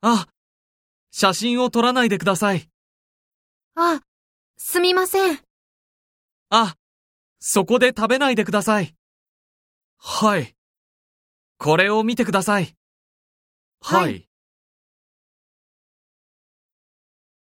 あ、写真を撮らないでください。あ、すみません。あ、そこで食べないでください。はい。これを見てください。はいはい